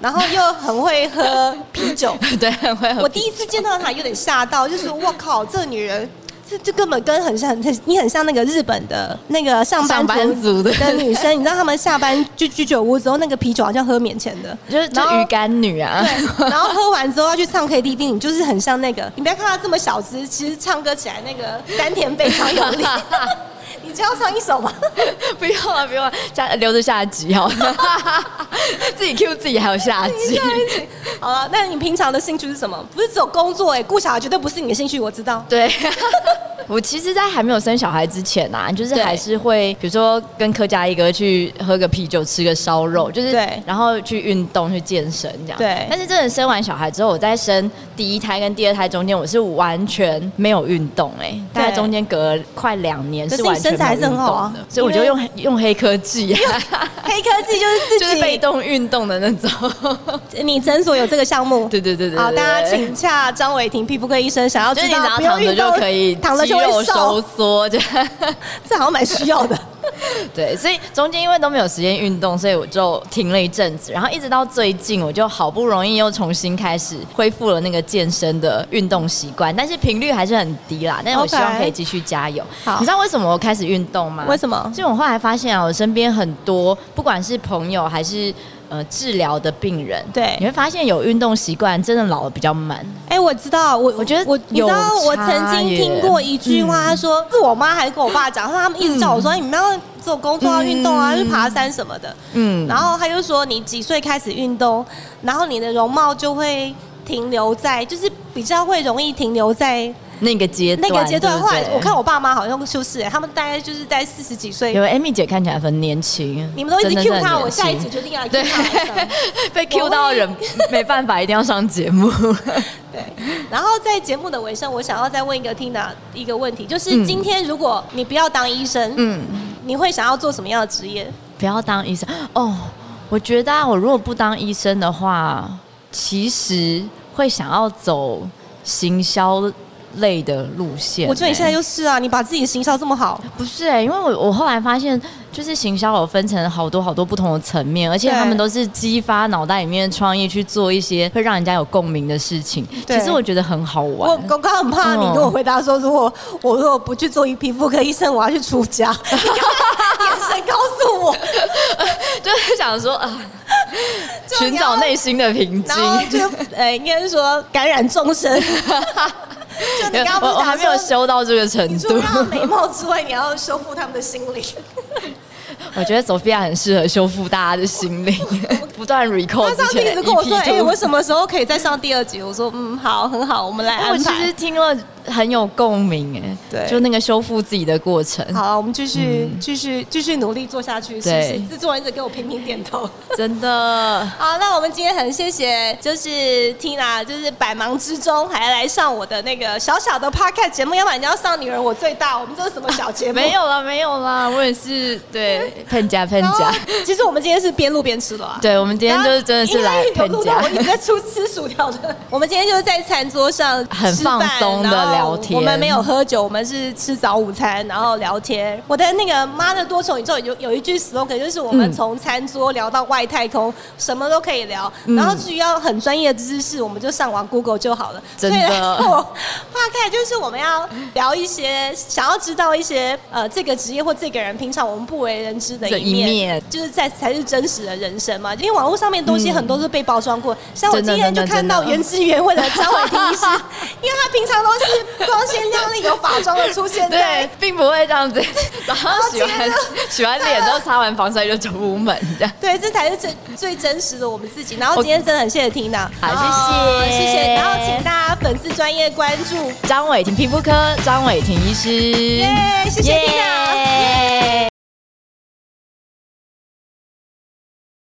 Speaker 1: 然后又很会喝啤 酒。
Speaker 2: 对，很会
Speaker 1: 我
Speaker 2: 很
Speaker 1: 第一次见到她有点吓到，就是我靠，这女人。这这根本跟很像，很你很像那个日本的那个上班
Speaker 2: 上班族的
Speaker 1: 的女生，你知道她们下班去居酒屋之后，那个啤酒好像喝免钱的，
Speaker 2: 就是就
Speaker 1: 然后
Speaker 2: 鱼干女啊。
Speaker 1: 对，然后喝完之后要去唱 KTV，你就是很像那个，你不要看他这么小只，其实唱歌起来那个丹田非常有 力。你就要唱一首吗？
Speaker 2: 不用了，不用了，啊下留着下集 好了。自己 Q 自己还有下集。
Speaker 1: 好了，那你平常的兴趣是什么？不是只有工作哎、顾小孩绝对不是你的兴趣，我知道。
Speaker 2: 对， 我其实，在还没有生小孩之前啊，就是
Speaker 1: 对
Speaker 2: 还是会，比如说跟柯佳一哥去喝个啤酒，吃个烧肉，就
Speaker 1: 嗯
Speaker 2: 是
Speaker 1: 对
Speaker 2: 然后去运动、去健身这样。
Speaker 1: 对
Speaker 2: 但是真的生完小孩之后，我在生第一胎跟第二胎中间，我是完全没有运动哎、大概
Speaker 1: 对
Speaker 2: 中间隔了快两年
Speaker 1: 可是
Speaker 2: 是
Speaker 1: 你
Speaker 2: 完全
Speaker 1: 身材还
Speaker 2: 没
Speaker 1: 是很
Speaker 2: 有运
Speaker 1: 好啊
Speaker 2: 动的，所以我
Speaker 1: 因
Speaker 2: 就
Speaker 1: 为
Speaker 2: 用 用黑科技、啊，
Speaker 1: 黑科技就是 自己，
Speaker 2: 就是被动运动的那 种。
Speaker 1: 你诊所有这个项目。
Speaker 2: 对对对对对
Speaker 1: 好，
Speaker 2: 对
Speaker 1: 大家请洽张伟婷皮肤科医生，想要
Speaker 2: 就
Speaker 1: 知
Speaker 2: 是你只
Speaker 1: 道
Speaker 2: 要
Speaker 1: 不用
Speaker 2: 躺着
Speaker 1: 运
Speaker 2: 就
Speaker 1: 动
Speaker 2: 可以，
Speaker 1: 躺着
Speaker 2: 肌
Speaker 1: 就
Speaker 2: 肉
Speaker 1: 会
Speaker 2: 收
Speaker 1: 瘦，
Speaker 2: 缩，这样。
Speaker 1: 这好像蛮需 要的。
Speaker 2: 对，所以中间因为都没有时间运动，所以我就停了一阵子，然后一直到最近，我就好不容易又重新开始恢复了那个健身的运动习惯，但是频率还是很低啦。但是我
Speaker 1: OK
Speaker 2: 希望可以继续加油。
Speaker 1: 好
Speaker 2: 你知道为什么我开始运动吗？
Speaker 1: 为什么
Speaker 2: 所以我后来发现啊，我身边很多不管是朋友还是呃治疗的病人，
Speaker 1: 对
Speaker 2: 你会发现有运动习惯真的老的比较慢。
Speaker 1: 哎、我知道，我
Speaker 2: 我觉得
Speaker 1: 我你知道，
Speaker 2: 有
Speaker 1: 我
Speaker 2: 差嗯
Speaker 1: 曾经
Speaker 2: 耶
Speaker 1: 听过一句话，他说是我妈还是跟我爸讲，他们一直叫我说、哎你们要做工作啊、运动啊、
Speaker 2: 嗯
Speaker 1: 去爬山什么的。
Speaker 2: 嗯
Speaker 1: 然后他就说你几岁开始运动，然后你的容貌就会停留在，就是比较会容易停留在
Speaker 2: 那个阶
Speaker 1: 那
Speaker 2: 段，
Speaker 1: 个阶段。
Speaker 2: 对不
Speaker 1: 后来
Speaker 2: 对
Speaker 1: 我看我爸妈好像就是、哎他们大概就是在四十几岁
Speaker 2: 有。Amy 姐看起来很年轻，
Speaker 1: 你们都一直
Speaker 2: 真的是
Speaker 1: Q
Speaker 2: 很
Speaker 1: 他，
Speaker 2: 年
Speaker 1: 我下一
Speaker 2: 轻
Speaker 1: 集决定要来 Q
Speaker 2: 对
Speaker 1: 他来上。，
Speaker 2: 被 Q 到人没办法，一定要上节目。
Speaker 1: 对， 然后在节目的尾声，我想要再问一个 Tina 一个问题，就是
Speaker 2: 嗯
Speaker 1: 今天如果你不要当医生，
Speaker 2: 嗯，
Speaker 1: 你会想要做什么样的职业？
Speaker 2: 不要当医生哦。我觉得、啊、我如果不当医生的话，其实会想要走行销类的路线欸、
Speaker 1: 我觉得你现在就是啊，你把自己的行销这么好，
Speaker 2: 不是哎、因为我我后来发现，就是行销有分成好多好多不同的层面，而且
Speaker 1: 对
Speaker 2: 他们都是激发脑袋里面的创意去做一些会让人家有共鸣的事情。
Speaker 1: 对
Speaker 2: 其实我觉得很好玩。
Speaker 1: 我我刚刚很怕你
Speaker 2: 嗯
Speaker 1: 跟我回答说，如果我如果不去做皮肤科医生，我要去出 家。你刚刚眼神告诉我，
Speaker 2: 就是想说 啊，
Speaker 1: 就
Speaker 2: 寻找内心的平静
Speaker 1: 然。后就呃，应该是说感染众 生。就你刚刚不
Speaker 2: 我
Speaker 1: 是
Speaker 2: 我还
Speaker 1: 打
Speaker 2: 没有
Speaker 1: 算，
Speaker 2: 修到这个程
Speaker 1: 你除
Speaker 2: 度
Speaker 1: 了，要美貌之外，你要修复他们的心灵。
Speaker 2: 我觉得 Sophia 很适合修复大家的 心灵，不断 recall
Speaker 1: 他上
Speaker 2: 之
Speaker 1: 次一
Speaker 2: 前
Speaker 1: 直
Speaker 2: 哦的
Speaker 1: 跟我说，
Speaker 2: EP
Speaker 1: 哎、
Speaker 2: 图
Speaker 1: 我什么时候可以再上第二集？我说，嗯，好，很哎好，我们来
Speaker 2: 我
Speaker 1: 安
Speaker 2: 其
Speaker 1: 排
Speaker 2: 实。听了很有共鸣哎，
Speaker 1: 对
Speaker 2: 就那个修复自己的过程，
Speaker 1: 好了，我们继续、继续继续努力做下去。是不是
Speaker 2: 嗯对
Speaker 1: 制作人一直给我频频点头。
Speaker 2: 真的
Speaker 1: 好，那我们今天很谢谢，就是 Tina，就是百忙之中还来上我的那个小小的 podcast 节目，要不然你要上女人我最大，我们这是什么小节目？
Speaker 2: 没。有啦，没有啦，我也是对骗家骗
Speaker 1: 然后
Speaker 2: 家，
Speaker 1: 其实我们今天是边录边吃的啊。
Speaker 2: 对我们今天就是真的是来
Speaker 1: 因为有
Speaker 2: 骗
Speaker 1: 录到
Speaker 2: 家
Speaker 1: 我。一直在出吃薯条的。 我们今天就是在餐桌上
Speaker 2: 很
Speaker 1: 吃饭
Speaker 2: 放松地
Speaker 1: 然后
Speaker 2: 聊天
Speaker 1: 我们没有喝酒，我们是吃早午餐，然后聊天。我的那个妈的多重宇宙有有一句 slogan 就是我们
Speaker 2: 嗯
Speaker 1: 从餐桌聊到外太空，什么都可以聊。然后至于要很专业的知识，我们就上网 Google 就好了。
Speaker 2: 真
Speaker 1: 所
Speaker 2: 的
Speaker 1: 以来 说我大概就是我们要聊一些想要知道一些呃这个职业或这个人平常我们不为人知的
Speaker 2: 这
Speaker 1: 一
Speaker 2: 一
Speaker 1: 面，
Speaker 2: 面嗯
Speaker 1: 就是在才是真实的人生嘛。因为网络上面东西很多是被包装过，像我
Speaker 2: 真的
Speaker 1: 今天就
Speaker 2: 真的
Speaker 1: 看到
Speaker 2: 嗯真的
Speaker 1: 原汁原味的张伟婷 医师，因为他平常都是光鲜亮丽有法妆的出现
Speaker 2: 对
Speaker 1: 在。，哦
Speaker 2: 并不会 这样子。早上洗完洗完脸之后擦完防晒就走出门这样。
Speaker 1: 对，这才是最最真实的我们自己。然后
Speaker 2: 我
Speaker 1: 今天真的很谢谢 Tina，
Speaker 2: 好
Speaker 1: 然后
Speaker 2: 谢谢
Speaker 1: 谢谢。然后请大家粉丝专业关注，
Speaker 2: 张伟婷皮肤科，张伟婷医师，
Speaker 1: 耶谢谢 Tina
Speaker 2: 耶